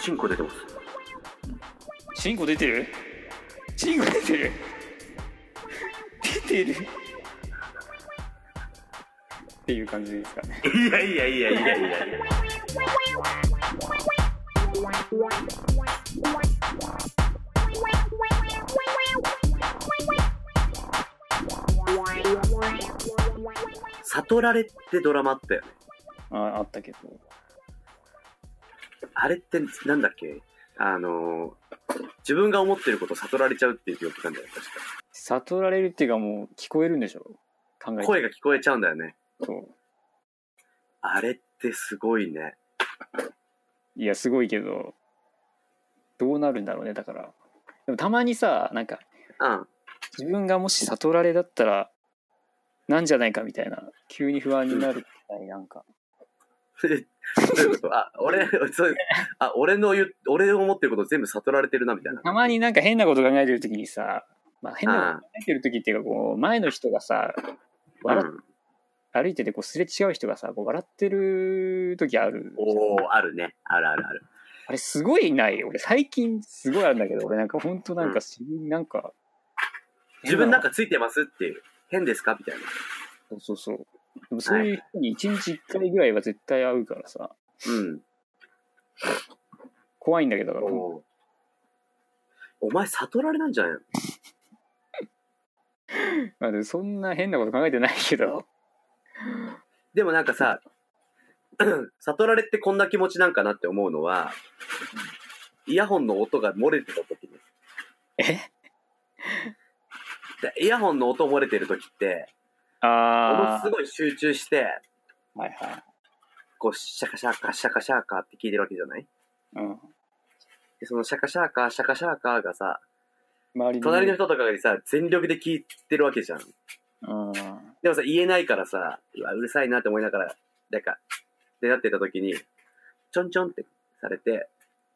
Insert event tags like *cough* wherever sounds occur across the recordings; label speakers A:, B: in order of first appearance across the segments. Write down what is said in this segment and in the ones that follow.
A: チンコ出てます。
B: チンコ出てるチンコ出てる出てるっていう感じですかね。
A: いやいやいやいやいやいや。悟られってドラマあったよね。
B: ああったけど。
A: あれってなんだっけあの、自分が思ってること悟られちゃうっていう病気なんだよ、確か。
B: 悟られるっていうかもう聞こえるんでしょ考えて
A: 声が聞こえちゃうんだよね。
B: そう
A: あれってすごいね。
B: いやすごいけどどうなるんだろうねだからでもたまにさなんか
A: うん。 *laughs*
B: 自分がもし悟られだったらなんじゃないかみたいな急に不安になるみたいなんか
A: えどういうことあ、俺、そうあ、俺の言う、俺の思ってること全部悟られてるな、みたいな。
B: たまになんか変なこと考えてる時にさ、まあ、変なこと考えてる時っていうかこう前の人がさ笑っ
A: うん、
B: 歩いててこうすれ違う人がさこう笑ってる時ある
A: おおあるね。あるあるある。
B: あれすごいない俺最近すごいあるんだけど俺なんかほんとなんか自分なんか
A: 自分なんかついてますっていう。変ですかみたいな。
B: そうそうそう。でもそういう人に1日1回ぐらいは絶対会うからさ、
A: うん。
B: 怖いんだけど、だから
A: おーお前悟られなんじゃないの
B: まあ、でもそんな変なこと考えてないけど、
A: でもなんかさ、 *clears throat* 悟られってこんな気持ちなんかなって思うのは、イヤホンの音が漏れてた時です。
B: え
A: でイヤホンの音漏れてる時って、もの
B: あ
A: すごい集中して、
B: あ、はいはい。
A: こう、シャカシャカ、シャカシャカって聞いてるわけじゃない
B: うん。
A: で、そのシャカシャカ、シャカシャカがさ、
B: 周り
A: 隣の人とかにさ、全力で聞いてるわけじゃん。
B: うん。
A: でもさ、言えないからさ、うわうるさいなって思いながら、なんか、でなってた時に、ちょんちょんってされて、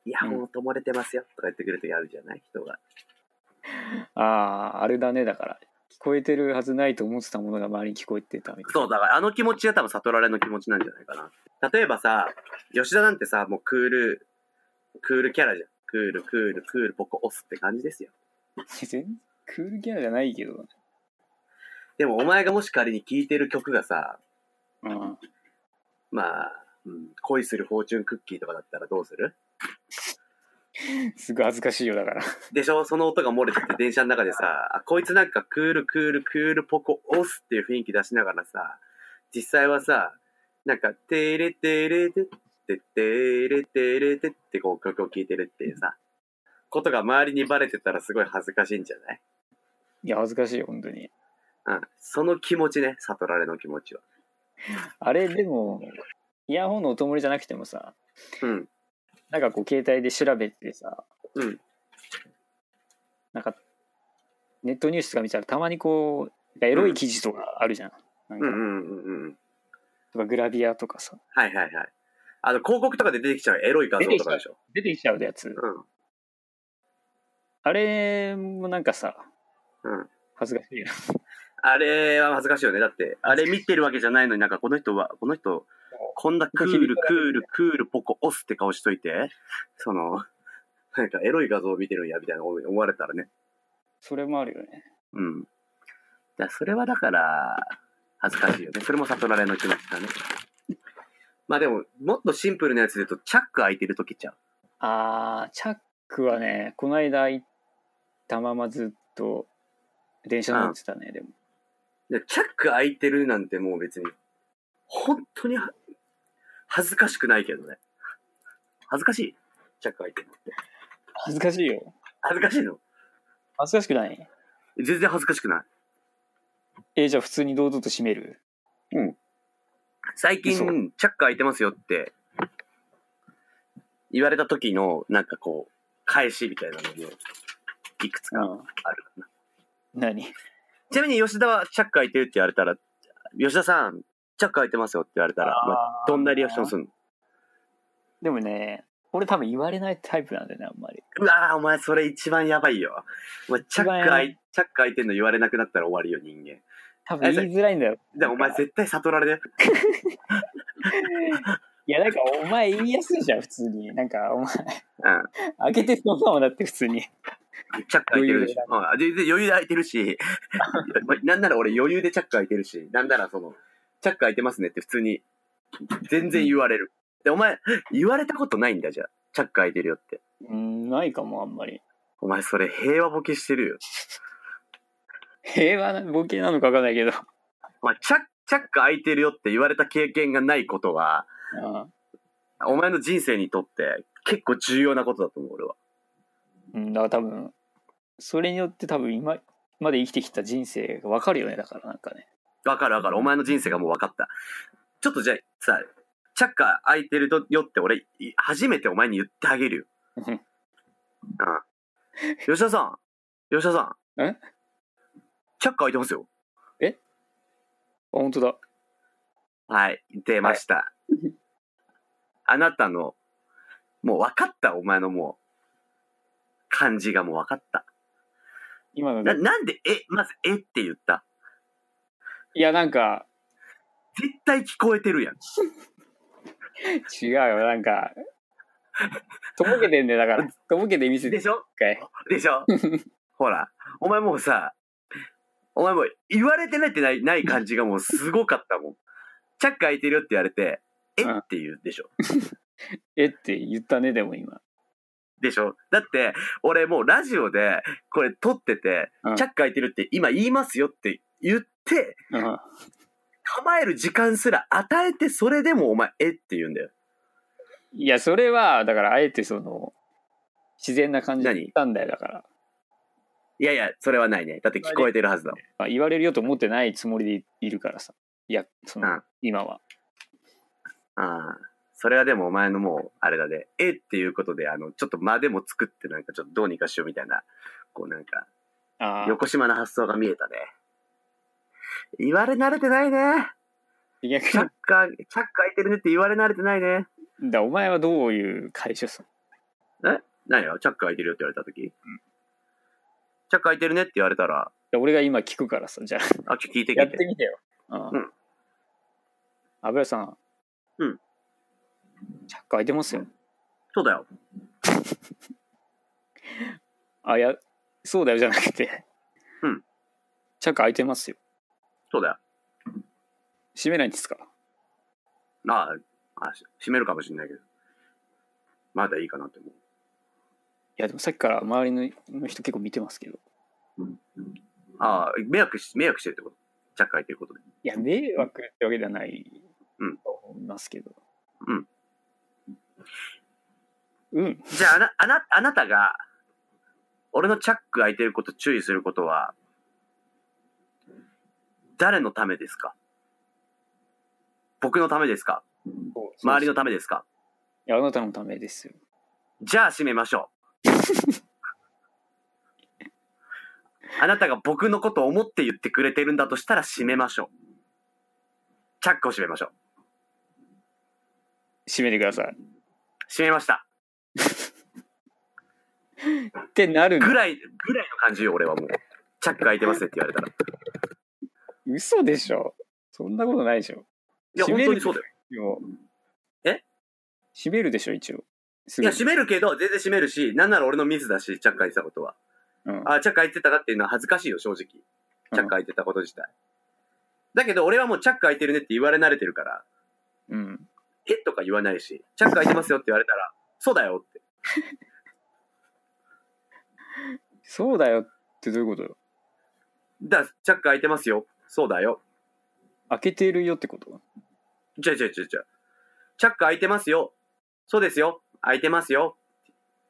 A: いや、
B: うん
A: もう止まれてますよ、とか言ってくる時あるじゃない人が。
B: ああ、あれだね、だから。聞こえてるはずないと思ってたものが周りに聞こえてたみたいな。
A: そう、だからあの気持ちが多分悟られの気持ちなんじゃないかな。例えばさ、吉田なんてさ、もうクール、クールキャラじゃん。クール、クール、クール、僕押すって感じですよ。
B: *laughs* 全然クールキャラじゃないけど。
A: でもお前がもし仮に聴いてる曲がさ、
B: うん。
A: まあ、うん、恋するフォーチュンクッキーとかだったらどうする
B: すごい恥ずかしいよ、だから。
A: でしょその音が漏れてて電車の中でさ、あ、こいつなんかクールクールクールポコ押すっていう雰囲気出しながらさ、実際はさ、なんか、テレテレテって、テレテレテってこう曲を聴いてるっていうさ、ことが周りにバレてたらすごい恥ずかしいんじゃない
B: いや、恥ずかしいよ、本当に。
A: うん。その気持ちね、悟られの気持ちは。
B: あれ、でも、イヤホンの音漏れじゃなくてもさ、
A: うん。
B: なんかこう携帯で調べてさ、
A: うん
B: なんかネットニュースとか見たらたまにこうエロい記事とかあるじゃん。
A: う
B: なんんか
A: うんうんうん。
B: とかグラビアとかさ
A: はいはいはい。あの、広告とかで出てきちゃうエロい画像とかでしょ。
B: 出てきちゃうやつ
A: う
B: あれもなんかさ
A: ん。うん。
B: 恥ずかしいよ
A: あれは恥ずかしいよね。だって、あれ見てるわけじゃないのになんかこの人は、この人、こんなクール、クール、クール、ポコ、押すって顔しといて、その、なんかエロい画像を見てるんや、みたいな思われたらね。
B: それもあるよね。
A: うん。だからそれはだから、恥ずかしいよね。それも悟られの気持ちだね。まあでも、もっとシンプルなやつで言うと、チャック開いてる時ちゃう。
B: あーチャックはねこの間行ったままずっと電車乗ってたねでも
A: でチャック開いてるなんてもう別に、本当には恥ずかしくないけどね。恥ずかしいチャック開いてるのって。
B: 恥ずかしいよ
A: 恥ずかしいの
B: 恥ずかしくない
A: 全然恥ずかしくない。
B: えじゃあ普通に堂々と閉める
A: 最近、チ
B: 嘘
A: ャック開いてますよって、言われた時の、なんかこう、返しみたいなのも、いくつか
B: うん
A: あるかな。
B: 何
A: ちなみに吉田はチャック開いてるって言われたら、吉田さん、チャック開いてますよって言われたら、まあ
B: あー
A: どんなリアクションするの
B: でもね、俺多分言われないタイプなんだよね、あんまり。
A: うわーお前それ一番やばいよ。お前、チャック開い、チャック開いてんの言われなくなったら終わりよ、人間。
B: 多分言いづらいんだよ。
A: でもお前
B: なんか
A: 絶対悟られだよ。
B: いや、なんかお前言いやすいじゃん、普通に。なんかお
A: う
B: 前、
A: ん。
B: 開けてそのままだって普通に。
A: チャック開いてるでしょ。うん、
B: 余
A: でで余裕で開いてるし、まなんなら俺余裕でチャック開いてるし、なんならその、チャック開いてますねって普通に、全然言われる。で、お前、言われたことないんだじゃあ。チャック開いてるよって。
B: うん、ないかも、あんまり。
A: お前それ平和ボケしてるよ。
B: 平和なボケなのかわかんないけど。
A: お前、チャック、チャック開いてるよって言われた経験がないことは、お前の人生にとって結構重要なことだと思う、俺は。
B: うん。うんだから多分、それによって多分今まで生きてきた人生がわかるよね、だからなんかね。
A: わかるわかる。お前の人生がもう分かった。ちょっとじゃあさ、チャッカー開いてるよって俺、い初めてお前に言ってあげるよ。
B: う
A: うんん。吉田さん吉田さん
B: え
A: チャッカー開いてますよ。
B: あ、本当だ。
A: はい、出ました。あなたの、もう分かった、お前のもう、感じがもう分かった。
B: 今の
A: な、
B: で。
A: なんで、え、まず、えって言った
B: いや、なんか、
A: 絶対聞こえてるやん。
B: 違うよ、なんか。とぼけてんだよ、だから。とぼけて見せて
A: で
B: 一
A: しょ
B: 回。
A: で
B: *laughs*
A: しょほら、お前もうさ、お前もう言われてないってないない感じがもうすごかったもん。チャック開いてるよって言われて、えっ
B: うん
A: て言うでしょ。
B: えって言ったね、でも今。
A: でしょだって、俺もうラジオでこれ撮ってて、
B: うん
A: チャック開いてるって今言いますよって言って、
B: うん。
A: 構える時間すら与えて、それでもお前、えって言うんだよ。
B: いや、それは、だから、あえてその、自然な感じで言ったんだよ、だから。
A: いやいや、それはないね。だって聞こえてるはずだもん。
B: まあ、言われるよと思ってないつもりでいるからさ。いや、その、
A: うん
B: 今は。
A: ああ。それはでもお前のもう、あれだね。えっていうことで、あの、ちょっと間でも作ってなんかちょっとどうにかしようみたいな、こうなんか、
B: ああ、
A: 横島の発想が見えたね。言われ慣れてない
B: *laughs*
A: ね。
B: 逆
A: チャッカー、チャッカー開いてるねって言われ慣れてないね。
B: に、だお前はどういう解消する
A: 何よ、チャッカー開いてるよって言われた時、チャッカー開いてるねって言われたら、
B: だ俺が今聞くからさ、じゃあ、
A: あ、ちょ、聞いて
B: や
A: 聞い。
B: っててみてよ。うん。
A: うん
B: 油さん。
A: うん。
B: チャック開いてますよ。
A: そうだよ。
B: あ、いや、そうだよじゃなくて。
A: うん。
B: チャック開いてますよ。
A: そうだよ。
B: 閉めないんですか
A: ああ、あし閉めるかもしれないけど。まだいいかなって思う。
B: いや、でもさっきから周りのの人結構見てますけど。
A: ああ、迷惑し、迷惑してるってこと。チャッカー開いてることで。
B: いや、迷惑ってわけではない
A: うん
B: と思いますけど。
A: うん。
B: うん。
A: じゃあ、あな、あな、あなたが、俺のチャック開いてること注意することは、誰のためですか僕のためですか周りの
B: い
A: ためですか
B: や、あなたのためですよ。
A: じゃあ閉めましょう。あなたが僕のことを思って言ってくれてるんだとしたら閉めましょう。チャックを閉めましょう。
B: 閉めてください。
A: 閉めました。
B: ってなる
A: ぐ
B: の
A: らい、ぐらいの感じよ、俺はもう。チャック開いてますねって言われたら。い
B: 嘘でしょそんなことないでしょ
A: や、
B: 閉
A: 本
B: め
A: 当
B: る
A: にそうだよ。
B: でも
A: え
B: 閉めるでしょ一応す
A: い
B: ぐ
A: や、閉めるけど、全然閉めるし、なんなら俺のミスだし、チャック開いてたことは。
B: うん
A: あ、チャック開いてたなっていうのは恥ずかしいよ、正直。チャック開いてたこと自体。だけど、俺はもうチャック開いてるねって言われ慣れてるから、
B: うん
A: えとか言わないし、チャック開いてますよって言われたら、そうだよって。
B: そうだよってどういうことよ
A: だから、チャック開いてますよ。そうだよ。
B: 開けてるよってこと
A: じゃじゃじゃじゃチャック開いてますよ。そうですよ。開いてますよ。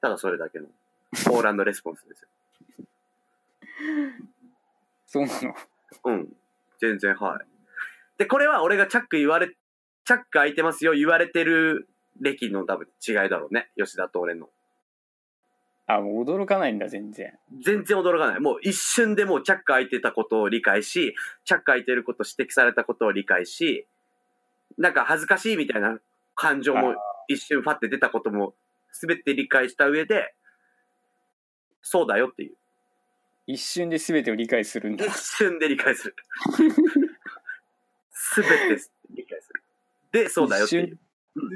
A: ただそれだけの、オーランドレスポンスですよ。
B: そうなの *laughs*
A: うん。全然、はい。で、これは俺がチャック言われ、チャック開いてますよ、言われてる歴の多分違いだろうね。吉田と俺の。
B: あもう驚かないんだ全然
A: 全然驚かない。もう一瞬でもうチャック開いてたことを理解し、チャック開いてること指摘されたことを理解し、なんか恥ずかしいみたいな感情
B: あ
A: も
B: ー
A: 一瞬ファって出たことも全て理解した上で、そうだよっていう。
B: 一瞬で全てを理解するんだ
A: 一瞬で理解する。全て理解する。で、そうだよってい
B: 一
A: う。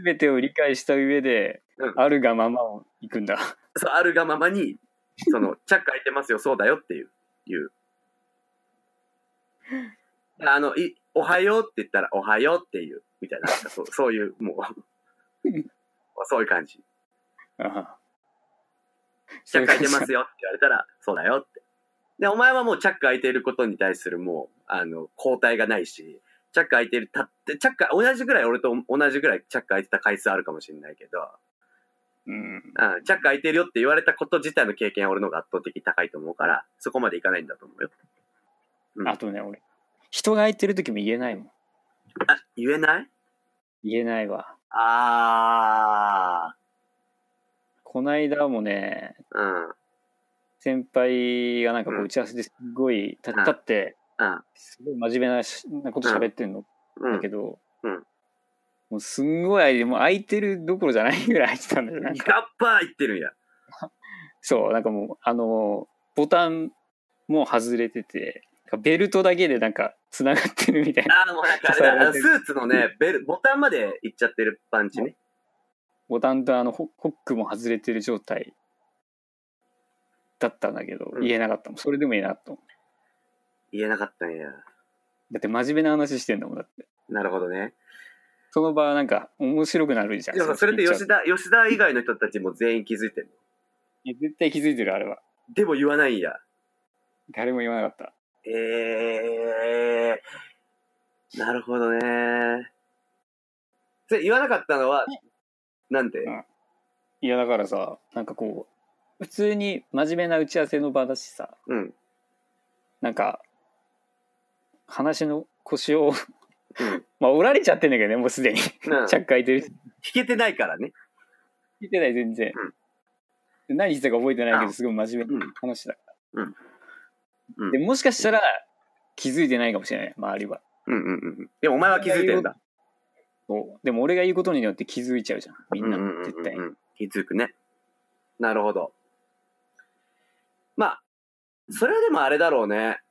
B: 全てを理解した上で、
A: うん
B: あるがままを行くんだ。
A: そうあるがままに、その、チャック開いてますよ、そうだよっていう、いう。あの、い、おはようって言ったら、おはようっていう、みたいな、なんかそうそういう、もう
B: うん、
A: そういう感じ。
B: ああ
A: チャック開いてますよって言われたら、そうだよって。で、お前はもうチャック開いてることに対するもう、あの、交代がないし、チャック開いてる、たって、チャック、同じぐらい、俺と同じぐらいチャック開いてた回数あるかもしれないけど、
B: うん。
A: うん、チャック開いてるよって言われたこと自体の経験は俺の方が圧倒的に高いと思うから、そこまでいかないんだと思うよ。うん
B: あとね、俺、人が空いてる時も言えないもん。
A: あ、言えない
B: 言えないわ。
A: あ
B: こないだもね、
A: ー。うん、
B: 先輩がなんかこ
A: う
B: うん打ち合わせですっごい立
A: うん
B: 立って、
A: うん、
B: すごい真面目なしなこと喋ってんの
A: うん
B: だけ。ど、
A: うん
B: もうすんごい空いて、もう空いてるどころじゃないぐらい空いてたんだよ。なんか
A: ガッパー言ってるんや。
B: そう、なんかもう、あのー、ボタンも外れてて、ベルトだけでなんか繋がってるみたい
A: *laughs*
B: な。
A: あー、もうなんかあれだ、あのスーツのね、ベル、ボタンまでいっちゃってるパンチね。
B: ボタンとあのホホックも外れてる状態だったんだけど、
A: うん
B: 言えなかったもん。それでもいいなと思う。
A: 言えなかったんや。
B: だって真面目な話してんだもんだって。
A: なるほどね。
B: その場はなんか面白くなるじゃん。
A: でもそれで
B: 言っ
A: 吉
B: ちゃう
A: 田、吉田以外の人たちも全員気づいてる
B: いや絶対気づいてる、あれは。
A: の。でも言わないんや。
B: 誰も言わなかった。
A: えー、なるほどね。それ言わなかったのは、なんで
B: うんいや、だからさ、なんかこう、普通に真面目な打ち合わせの場だしさ、
A: うん。
B: なんか、話の腰を、
A: うん。
B: *laughs* まあ、折られちゃってんだけどね、もうすでに。
A: うん
B: 着開いてるし。
A: 聞けてないからね。
B: 聞いてない、全然。何してたか覚えてないけど、すごい真面目
A: う。
B: なん話だから。
A: うんうん
B: でもしかしたら、気づいてないかもしれない、周りは。
A: うんうんうん。でもお前は気づいてんだ。
B: そうでも俺が言うことによって気づいちゃうじゃん、みんな、
A: うううう
B: 絶対。
A: 気づくね。なるほど。まあ、それはでもあれだろうね。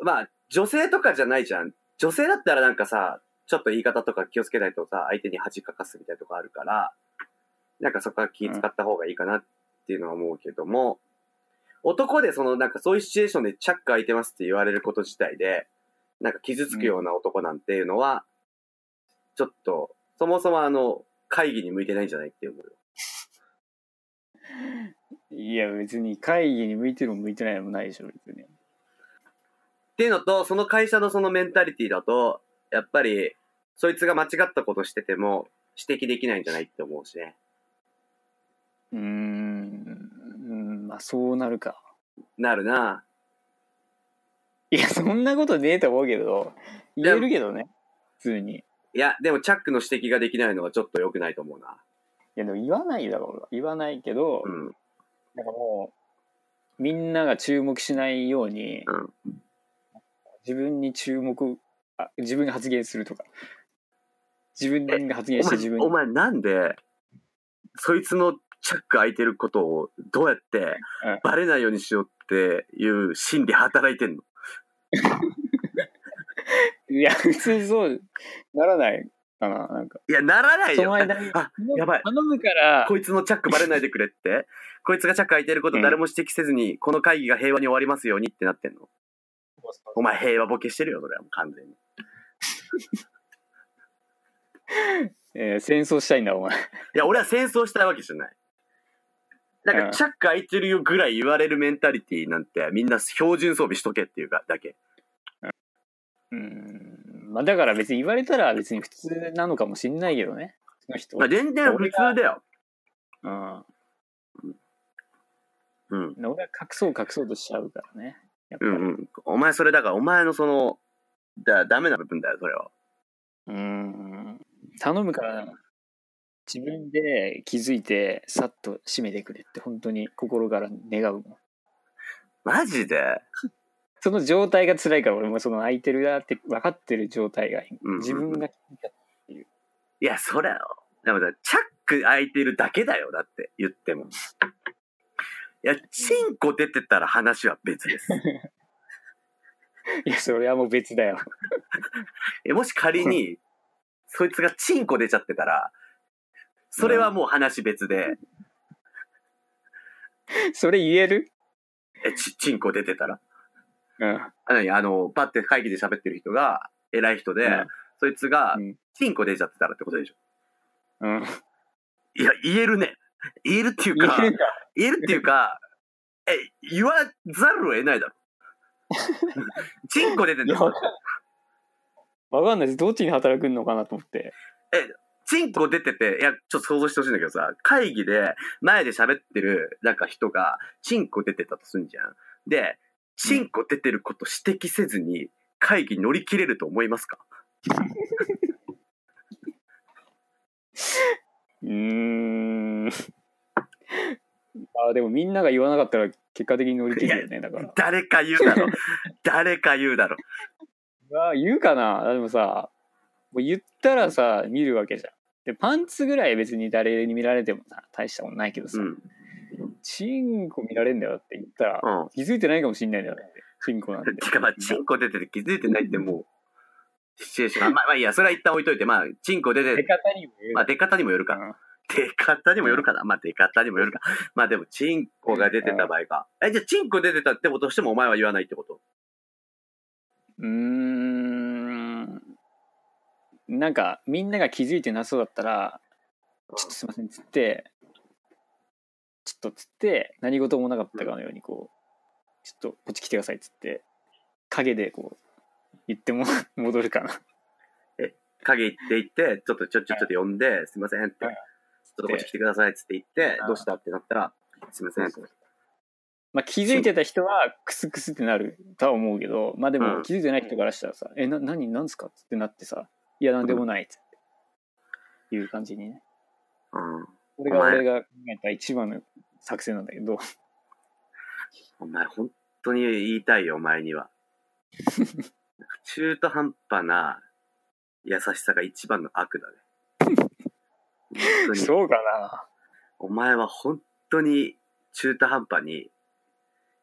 A: まあ、女性とかじゃないじゃん。女性だったらなんかさ、ちょっと言い方とか気をつけないとさ、相手に恥かかすみたいなとこあるから、なんかそこは気使った方がいいかなっていうのは思うけども、男でそのなんかそういうシチュエーションでチャック開いてますって言われること自体で、なんか傷つくような男なんていうのは、ちょっと、そもそもあの、会議に向いてないんじゃないって思うよ。
B: いや、別に会議に向いてるも向いてないのもないでしょ、別に。
A: っていうのと、その会社のそのメンタリティだと、やっぱり、そいつが間違ったことしてても、指摘できないんじゃないって思うしね。
B: うーん、うんまあ、そうなるか。
A: なるない
B: や、そんなことねえと思うけど、言えるけどね、普通に。い
A: いや、でもチャックの指摘ができないのはちょっと良くないと思うな。
B: や、でも言わないだろう、俺は言わないけど、
A: うん。
B: なんかもう、みんなが注目しないように、
A: うん
B: 自分に注目あ、自分が発言するとか、自分が発言
A: お
B: して
A: 前
B: 自分、
A: お前なんで、そいつのチャック開いてることをどうやって
B: うん
A: バレないようにしようっていう心理働いてんの
B: いや、普通そうならないかな、なんか。
A: いや、ならない
B: その
A: よ。
B: 間
A: *laughs*
B: に、
A: あ、やばい
B: 頼むから、
A: こいつのチャックバレないでくれって。 *laughs* こいつがチャック開いてること誰も指摘せずに、この会議が平和に終わりますようにってなってんの。お前平和ボケしてるよ、それはもう完全に。
B: えー戦争したいんだ、お前。
A: いや、俺は戦争したいわけじゃない。な
B: うんん
A: か、チャック開いてるよぐらい言われるメンタリティなんて、みんな標準装備しとけっていうか、だけ。
B: うーん、まあだから別に言われたら別に普通なのかもしんないけどね、その人
A: まあ、。全然普通だよ。
B: うん。
A: うん。
B: 俺は隠そう隠そうとしちゃうからね。やっぱ
A: う
B: り
A: んうん。お前それだから、お前のその、だ、ダメな部分だよ、それは。
B: うーん頼むから自分で気づいてさっと締めてくれって本当に心から願うもん
A: マジで
B: その状態が辛いから俺もその空いてるなって分かってる状態が
A: うんうん
B: 自分が
A: いや、そりゃよ。でもさ、チャック開いてるだけだよ、だって、言っても。いや、チンコ出てたら話は別です。
B: いやそれはもう別だよ
A: えもし仮に、そいつがチンコ出ちゃってたら、それはもう話別で、
B: それ言える
A: え、ち、チンコ出てたら
B: うん。
A: あ、何あの、パって会議で喋ってる人が、偉い人で、
B: うん
A: そいつが
B: うん、
A: チンコ出ちゃってたらってことでしょ。
B: うん。
A: いや、言えるね。言えるっていう
B: 言
A: か、
B: えるか。
A: 言えるっていうか、え、言わざるを得ないだろ。チンコ出てんだ
B: いやわ
A: よ。
B: かんわかんないです。どっちに働くのかなと思って。
A: チンコ出てて、いや、ちょっと想像してほしいんだけどさ、会議で、前で喋ってる、なんか人が、チンコ出てたとすんじゃん。で、チンコ出てること指摘せずに、会議乗り切れると思いますか
B: うーん。 *laughs* あでもみんなが言わなかったら結果的に乗り切るよね。だから。
A: *laughs* 誰か言う
B: *laughs*
A: だろ。誰か言うだろ。
B: うわ言うかなでもさ、もう言ったらさ、見るわけじゃん。で、パンツぐらい別に誰に見られてもさ、大したことないけどさ、
A: うん。うん。
B: チンコ見られんだよって言ったら、気づいてないかもしんないんだよだって。チンコなんて。
A: てかまあ、チンコ出てて気づいてないってもう、シチュエーション。あまあまあいいや、それは一旦置いといて、まあ、チンコ出
B: 出
A: て、
B: 方にもよる
A: まあ出方にもよるか。
B: うん
A: 出方にもよるかな。まあ出方にもよるか。まあでも、チンコが出てた場合か。え、じゃあチンコ出てたってことしてもお前は言わないってこと
B: うーんなんかみんなが気づいてなそうだったら「ちょっとすいません」っつって「ちょっと」っつって何事もなかったかのようにこう「ちょっとこっち来てください」っつって陰でこう言っても *laughs* 戻るかな
A: 影行って行って、ちょっとちょ、ちょ、ちょっと呼んで、すいませんって。ちょ
B: うん
A: っとこっち来てくださいっつって言って
B: う、ん
A: どうしたってなったら、すいませんって。
B: まあ気づいてた人はクスクスってなるとは思うけどまあで
A: うん
B: も気づいてない人からしたらさ「えな何何ですか?」っつってなってさ「いや何でもない」っつっていう感じにね
A: うん。
B: これが
A: お前
B: 俺が考えた一番の作戦なんだけど
A: お前、本当に言いたいよ、お前には。
B: *laughs*
A: 中途半端な優しさが一番の悪だね。本当に。
B: *laughs* そうかな
A: お前は本当に中途半端に、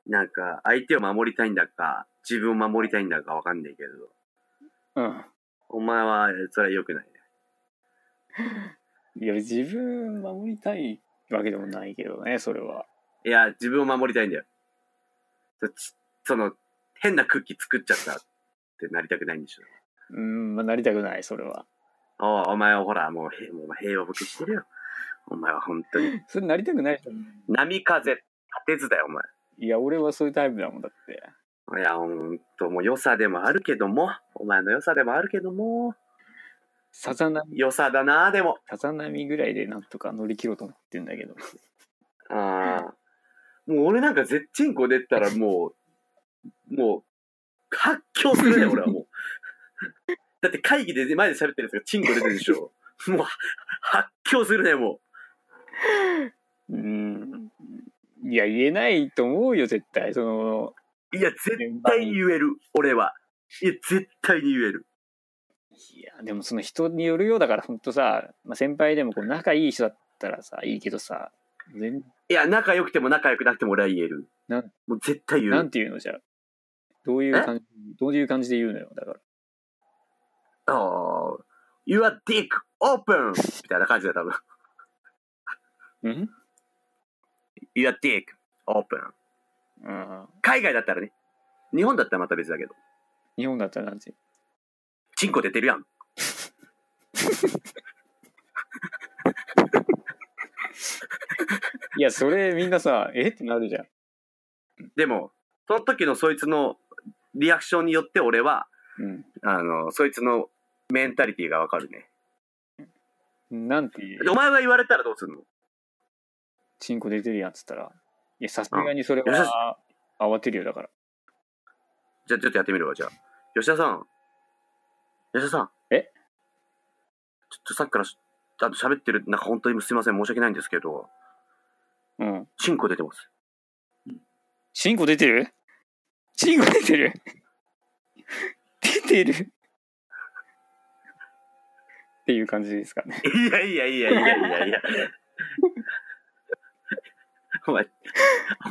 A: なんか、相手を守りたいんだか、自分を守りたいんだかわかんないけど、
B: う
A: お前は、それは良くないね。
B: ん。いや、自分守りたいわけでもないけどね、それは。
A: いや、自分を守りたいんだよ。そちその、変なクッキー作っちゃったってなりたくないんでしょ。
B: うん、まあ、なりたくない、それは。
A: おうお前はほら、もうへ、もう平和ボケしてるよ。お前は本当に。
B: それなりたくない人
A: 波風立てずだよ、お前。
B: いや、俺はそういうタイプだもんだって。
A: いや、ほんと、もう良さでもあるけども、お前の良さでもあるけども、
B: さざ波、
A: 良さだな、でも。
B: さざ波ぐらいでなんとか乗り切ろうと思ってんだけど。
A: あーもう俺なんか絶チンコ出たらもう、もう、発狂するね、俺はもう。だって会議で前で喋ってるやつがチンコ出てるでしょ。もう、発狂するね、も
B: うん。いや、言えないと思うよ、絶対。その、
A: う。いや、絶対に言える、俺は。いや、絶対に言える。
B: いや、でもその人によるようだから、ほんとさ、まあ、先輩でもこう仲いい人だったらさ、いいけどさ、全
A: いや、仲良くても仲良くなくても俺は言える。
B: なん
A: もう絶対言
B: な。
A: うん
B: ていうのじゃあどういう感じ、どういう感じで言うのよ、だから。
A: Oh, your dick open! みたいな感じだよ、多分。
B: うん、
A: Your dick open.
B: うん、
A: 海外だったらね。日本だったらまた別だけど。
B: 日本だったらなんて
A: チンコ出てるやん。
B: いや、それみんなさ、えってなるじゃん。
A: でも、その時のそいつのリアクションによって俺は、あの、そいつのメンタリティーがわかるね。
B: うん。なんていう
A: お前は言われたらどうすんの
B: チンコ出てるやんっつったら。いや、さすがにそれ
A: うんよ
B: は慌てるよ、だから。
A: じゃあちょっとやってみるわ、じゃあ。吉田さん。吉田さん。
B: え
A: ちょっとさっきからしあの喋ってる、なんか本当にすいません、申し訳ないんですけど、
B: うん。
A: チンコ出てます。
B: チンコ出てるチンコ出てる出てるっていう感じですかね。
A: いやいやいやいやいやいや。お前、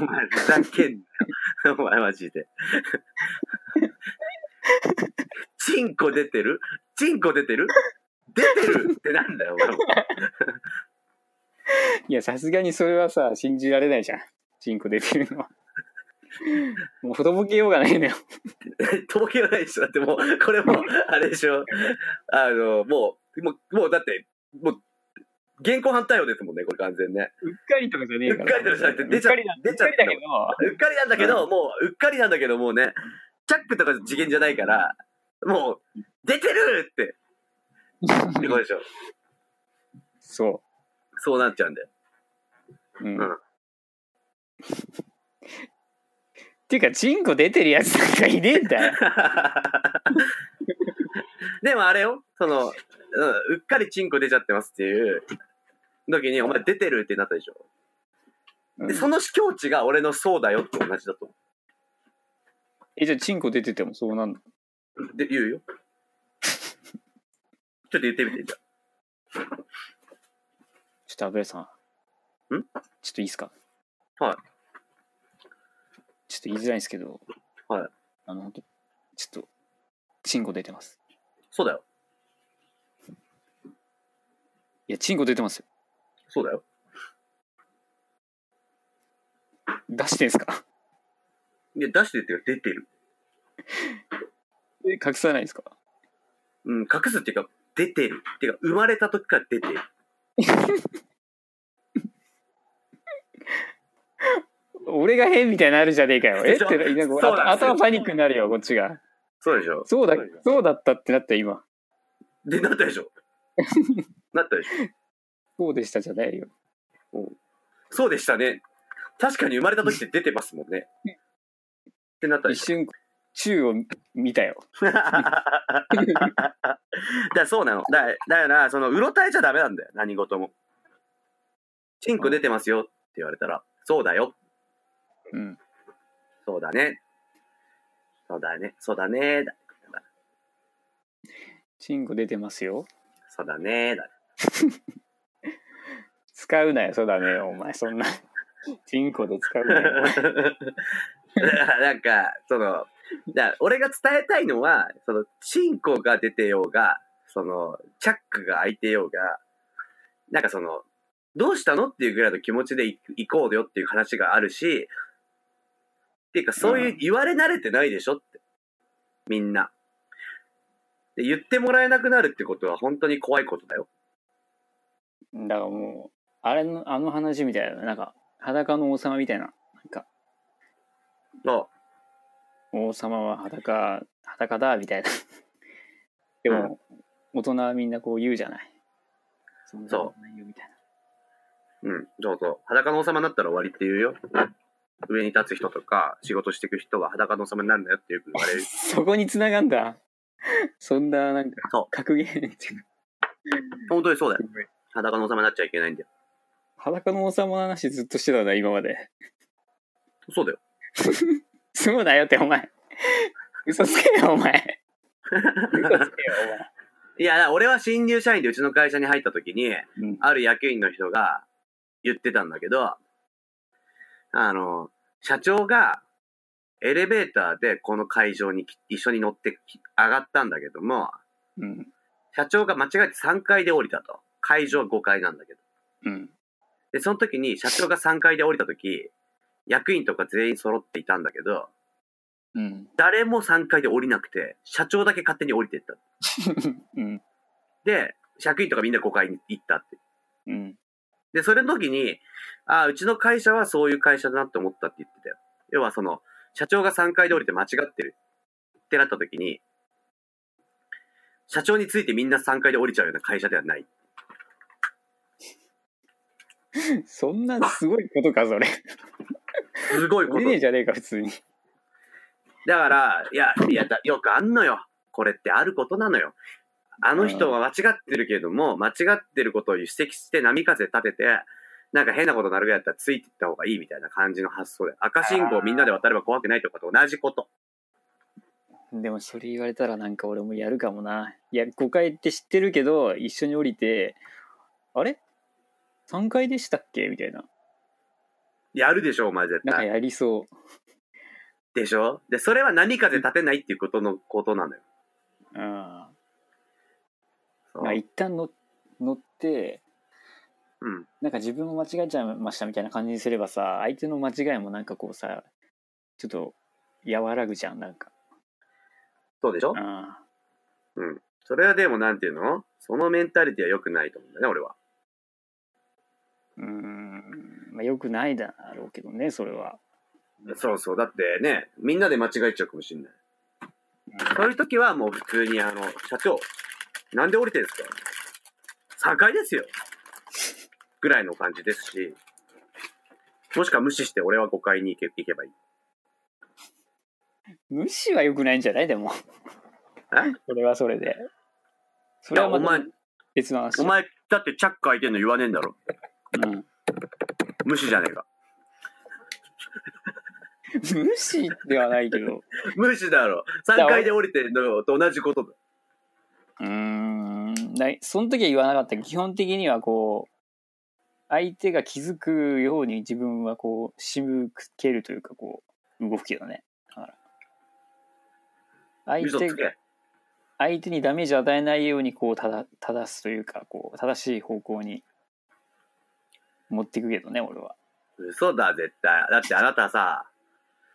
A: お前ふざけんな。お前マジで。チンコ出てるチンコ出てる出てるってなんだよ、俺も。
B: いや、さすがにそれはさ、信じられないじゃん。チンコ出てるのは。もうほどぼけようがないのよ。
A: とぼけないでしょ。だってもう、これも、あれでしょ。あの、もう、もう、もうだって、もう、現行犯対応ですもんね、これ完全ね。
B: うっかりとかじゃねえから。
A: うっかりとかじゃなくて出ちゃ
B: うっかりだ
A: 出ちゃ
B: うっかりだけど、
A: うっかりなんだけど、もう、うっかりなんだけど、もうね、チャックとか次元じゃないから、もう、出てるって、ってことでしょ。
B: そ
A: そうなっちゃうんだよ。 *laughs*
B: う。うん。
A: うん
B: っていうか、チンコ出てるやつなんかいねえんだよ。
A: *laughs* でもあれよ、その、うんうっかりチンコ出ちゃってますっていう時に、お前出てるってなったでしょ。
B: うん
A: で、その境地が俺のそうだよって同じだと思
B: え、じゃあ、チンコ出ててもそうなんだ。
A: う。で、言うよ。ちょっと言ってみて、じゃ
B: ちょっと、油さん。
A: ん
B: ちょっといいですか
A: はい。
B: ちょっと言いづらいんですけど。
A: はい。
B: あの、ほんとちょっと、チンコ出てます。
A: あそうだよ。
B: いや、チンコ出てますよ。
A: そうだよ。
B: 出してんすか *laughs*
A: いや、出してってよ、出てる。
B: え隠さないですか
A: うん、隠すっていうか、出てる。っていうか、生まれた時から出てる。
B: 俺が変みたいになるじゃねえかよ。え
A: で
B: っ
A: してょ
B: なん
A: そ
B: か
A: うなんですよ
B: あ頭パニックになるよ、こっちが。
A: そうでしょ
B: そうだ
A: そうです、
B: そうだったってなったよ今。
A: で、なったでし
B: *laughs*
A: ょなったでしょ
B: そうでしたじゃないよ。
A: そうでしたね。確かに生まれた時って出てますもんね。ってなったで
B: 一
A: しょ
B: 瞬、宙を見たよ。
A: *laughs* だからそうなの。だだから、その、うろたえちゃダメなんだよ。何事も。チンコ出てますよって言われたら、そうだよ。
B: うん。
A: そうだね。そうだね。そうだね。だ
B: チンコ出てますよ。
A: そうだね。だ
B: 使うなよ、そうだ
A: *laughs*
B: ね。お前、そんな。チンコで使うなよ。
A: だから *laughs* なんか、その、だから俺が伝えたいのは、その、チンコが出てようが、その、チャックが開いてようが、なんかその、どうしたのっていうぐらいの気持ちでい行こうよっていう話があるし、っていうか、そういう言われ慣れてないでしょって。みんな。で言ってもらえなくなるってことは本当に怖いことだよ。
B: だからもう、あれの、あの話みたいな、なんか、裸の王様みたいな。なんか、
A: そ
B: 王様は裸、裸だ、みた
A: *laughs*
B: いな。でも、大人はみんなこう言うじゃない。そんなことないよみたいな。
A: う。うん。そうそう。裸の王様になったら終わりって言うよ。上に立つ人とか、仕事していく人は裸の王様になるんだよってよく言われる。
B: *laughs* そこに繋がんだ。そんな、なんか
A: そ、
B: 格言っていうか
A: 本当にそうだよ。裸の王様になっちゃいけないんだよ。
B: 裸の王様の話ずっとしてたな、今まで。
A: そうだよ。
B: *laughs* そうだよって、お前。嘘つけよ、お前。嘘つけよ、
A: いや、だから俺は新入社員でうちの会社に入った時に、
B: お前。うん
A: ある役員の人が言ってたんだけど、あの、社長がエレベーターでこの会場にき一緒に乗ってき上がったんだけども、
B: うん。
A: 社長が間違えて3階で降りたと。会場は5階なんだけど。
B: うん。
A: で、その時に社長が3階で降りた時、役員とか全員揃っていたんだけど、
B: うん。
A: 誰も3階で降りなくて、社長だけ勝手に降りてった。
B: *laughs* うん。
A: で、役員とかみんな5階に行ったって。
B: うん。
A: で、それの時に、ああ、うちの会社はそういう会社だなって思ったって言ってたよ。要はその、社長が3階で降りて間違ってるってなった時に、社長についてみんな3階で降りちゃうような会社ではない。
B: そんなすごいことか、それ。
A: すごいこ
B: 降
A: と
B: り。ねえじゃねえか、普通に。
A: だから、いや、いや、だよくあんのよ。これってあることなのよ。あの人は間違ってるけれども、間違ってることを指摘して波風立てて、なんか変なことになるぐらいだったらついていった方がいいみたいな感じの発想で。赤信号みんなで渡れば怖くないとかと同じこと。
B: でもそれ言われたらなんか俺もやるかもな。いや、5階って知ってるけど、一緒に降りて、あれ ?3 階でしたっけみたいな。
A: やるでしょ、お前絶
B: なんか
A: 対。
B: やりそ
A: でしょで、それは波風立てないっていうことのことなのよ。
B: う。うん。まあ、一旦乗乗って
A: うん。
B: なんか自分も間違えちゃいましたみたいな感じにすればさ相手の間違いもなんかこうさちょっと和らぐじゃんなんか
A: そうでしょ
B: あ
A: それはでもなんていうのそのメンタリティは良くないと思うんだね、俺は。
B: ーうーん、まあ、よくないだろうけどねそれは
A: そうそう。だってね、みんなで間違えちゃうかもしれない。そういう時はもう普通に、あの、社長、なんで降りてんすか ?3 階ですよ。ぐらいの感じですし、もしくは無視して俺は5階に行け行けばいい。
B: 無視はよくないんじゃないでも
A: え
B: *laughs* それはそれでそ
A: い
B: れ
A: や、
B: は
A: お
B: ま
A: 前
B: た、別の話
A: お前、だってチャック開いてんの言わねえんだろ。
B: うん、
A: 無視じゃねえか。
B: 無視ではないけど
A: 無視だろ。3階で降りてんのと同じことだ。
B: うーんだいその時は言わなかったけど基本的にはこう相手が気づくように自分はこう仕向けるというかこう動くけどねだから相
A: 嘘
B: 手
A: つけ。
B: 相手にダメージを与えないようにこうただ正すというかこう正しい方向に持っていくけどね俺は
A: 嘘だ、絶対。だってあなたさ、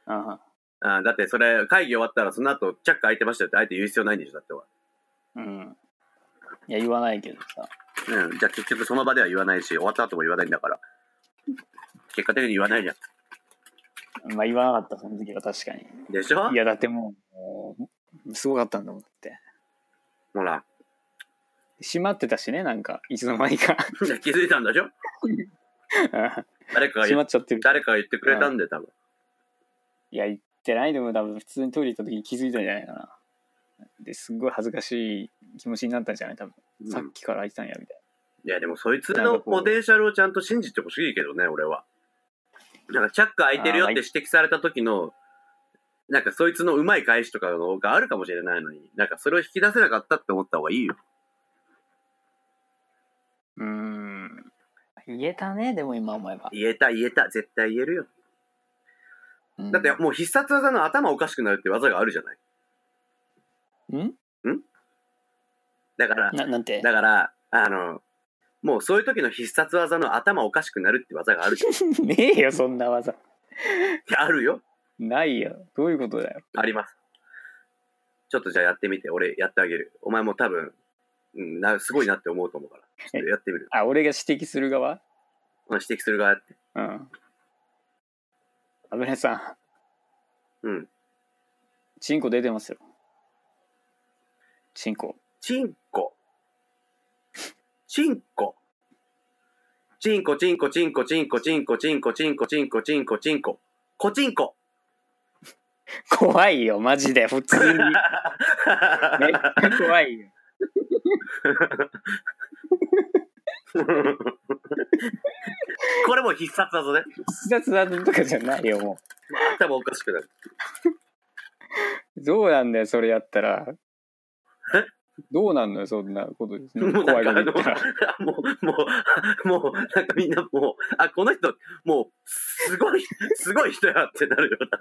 B: あ
A: あだってそれ会議終わったらその後チャック開いてましたよってあえて言う必要ないんでしょだっては、
B: うんいや言わないけどさ
A: うん、じゃあ結局その場では言わないし終わった後も言わないんだから結果的に言わないじゃ
B: まあ言わなかったその時は確かに
A: んでしょ
B: いやだってもうもうすごかったんだもんだって
A: ほら *laughs*
B: 閉まってたしねなんかいつの間にか
A: じゃあ気づいたんだでしょ誰かが
B: 閉
A: 言
B: ま
A: っ
B: っちゃってる
A: 誰かが言ってくれたんで多分
B: いや言ってないでも多分普通にトイレ行った時に気づいたんじゃないかなですごい恥ずかしい気持ちになったんじゃない多分、
A: うん
B: さっきから開いてたんやみたい
A: いやでもそいつ
B: なん
A: の
B: かこう
A: ポテンシャルをちゃんと信じてほしいけどね俺はなんかチャック開いてるよって
B: あー
A: 指摘された時のなんかそいつのうまい返しとかの方があるかもしれないのになんかそれを引き出せなかったって思った方がいいよ
B: なうーん言えたねでも今思えば、
A: 言えた言えた絶対言えるよ
B: うん
A: だってもう必殺技の頭おかしくなるって技があるじゃない。
B: ん
A: だから、
B: ななんて
A: だから、あの、もうそういう時の必殺技の頭おかしくなるって技があるじゃ
B: *laughs*
A: ん。い
B: ねえよそんな技
A: やあるよ。
B: ないよどういうことだよ
A: あります。ちょっとじゃあやってみて。俺やってあげる。お前も多分、うん、なすごいなって思うと思うから。ちょっとやってみる。
B: あ俺が指摘する側
A: うん指摘する側やって。
B: うん危ないさん
A: うん。
B: チンコ出てますよチンコ
A: チンコ。チンコ。チンコチンコチンコチンコチンコチンコチンコチンコチンコチンコ。コチンコ。
B: 怖いよマジで普通にめっちゃ *laughs* 怖いよ
A: *laughs* これも必殺技ね。
B: 複雑なとかじゃないよも
A: 頭おかしくなる。
B: うどうなんだよそれやっ
A: *laughs*
B: たら
A: え
B: どうなんのよそんなこと
A: もう
B: *laughs* 怖い
A: な
B: こ
A: ん
B: と
A: かあ
B: 言
A: の *laughs* も
B: ったら、
A: う、もう、もう、なんかみんなもう、あ、この人、もう、すごい、 *laughs* すごい人やってなるよ。なんか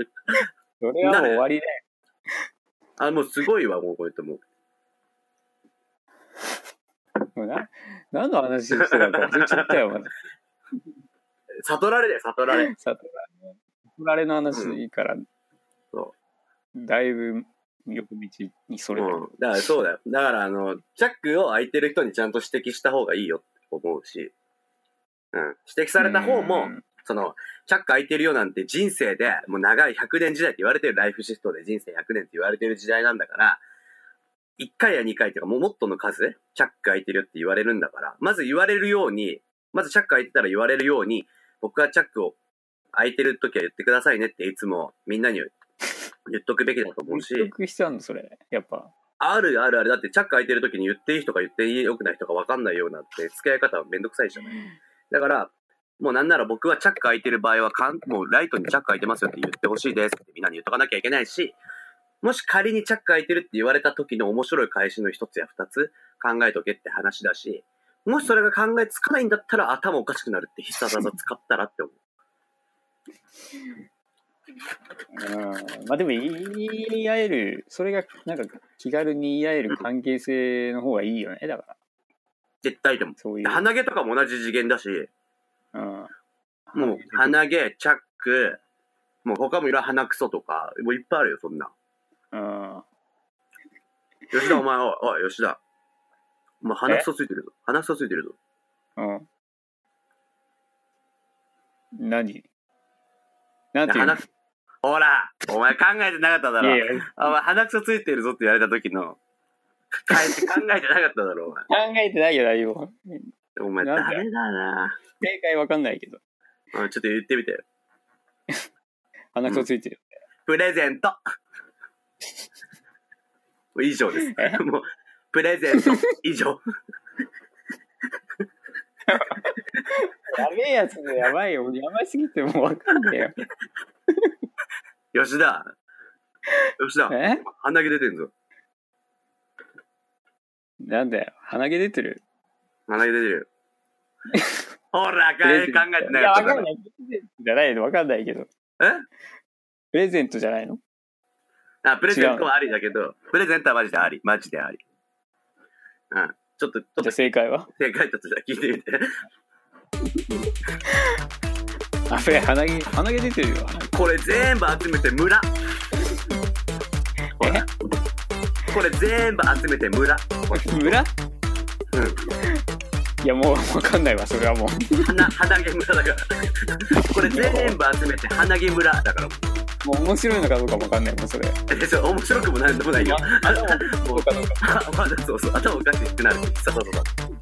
B: それはもう終わりだよ
A: あ、もうすごいわ、もうこうやってもう。
B: もうな何の話してたのか忘れちゃったよ
A: *laughs*
B: まず
A: 悟られだよ、悟られ。
B: さて怒られの話から、
A: そ
B: だいぶ横道にそうれた、
A: ん。だからそうだよ。だから、あの、チャックを開いてる人にちゃんと指摘した方がいいよって思うし、うん。指摘された方も、
B: うん
A: その、チャック開いてるよなんて人生で、もう長い100年時代って言われてるライフシフトで人生100年って言われてる時代なんだから、1回や2回というか、もうもっとの数、チャック開いてるよって言われるんだから、まず言われるように、まずチャック開いてたら言われるように、僕はチャックを開いてる時は言ってくださいねっていつもみんなに言う言っとくべきだと思うし
B: 言っ、とく必要あるのそれやっぱ
A: あるあるある、だってチャック開いてる時に言っていい人か言っていいよくない人か分かんないようなって、付き合い方はめんどくさいじゃん。だから、もうなんなら僕はチャック開いてる場合はかん、もうライトにチャック開いてますよって言ってほしいですってみんなに言っとかなきゃいけないし、もし仮にチャック開いてるって言われた時の面白い返しの一つや二つ考えとけって話だし、もしそれが考えつかないんだったら頭おかしくなるって必殺技使ったらって思う。
B: うんまあでも言い合えるそれがなんか気軽に言い合える関係性の方がいいよねだか
A: 絶対でも。
B: そういう。
A: 鼻毛とかも同じ次元だし、
B: うん。
A: もう鼻毛、チャック、もう他もいろいろ鼻くそとか、もういっぱいあるよ、そんな。
B: うん。
A: 吉田、お前、おい、おい、吉田。お前鼻くそついてるぞ。鼻くそついてるぞ。
B: うん。何なんていう
A: 鼻くほら、お前考えてなかっただ
B: いや
A: ろ
B: い。や
A: あ、お前鼻くそついてるぞって言われた時の、か変えて考えてなかっただろ、お前。
B: 考えてないよ、大丈夫。
A: お前、
B: なん
A: ダ
B: で
A: メだな。
B: 正解わかんないけど。
A: うんちょっと言ってみてよ。
B: 鼻くそついてる。
A: プレゼント。もう以上です。
B: え
A: もう、プレゼント、以上。
B: やべえやつでやばいよ。やばすぎてもうわかんないよ。
A: 吉田。吉田、
B: *laughs* え
A: 鼻毛出てんぞ。
B: なんだよ。鼻毛出てる。
A: 鼻毛出て
B: *laughs*
A: るよ。ほら、考えてなか
B: や、
A: っただ
B: わか
A: ろ
B: んない。じゃないの、わかんないけど。
A: え
B: プレゼントじゃないの
A: あ、プレゼントはありだけど、プレゼントはマジであり。マジであり。うん。ちょっと、ちょっ
B: じゃ
A: と
B: あ正解は
A: 正解ちょっとじゃあ聞いてみて。
B: あ、それ鼻毛、鼻毛出てるよ。
A: これ全部集めて村。ほらこれ全部集めて村。ほら
B: 村
A: うん。
B: いや、もうわかんないわ、それはもう。
A: 鼻、鼻毛村だから。これ全部集めて鼻毛村だから。
B: もう面白いのかどうかもわかんないもん、それ。
A: え、そう、面白くもなんでもないよ。
B: あ、でも、どうかどうか。
A: *laughs* あまだそうそう頭おかしくなるそうそうそう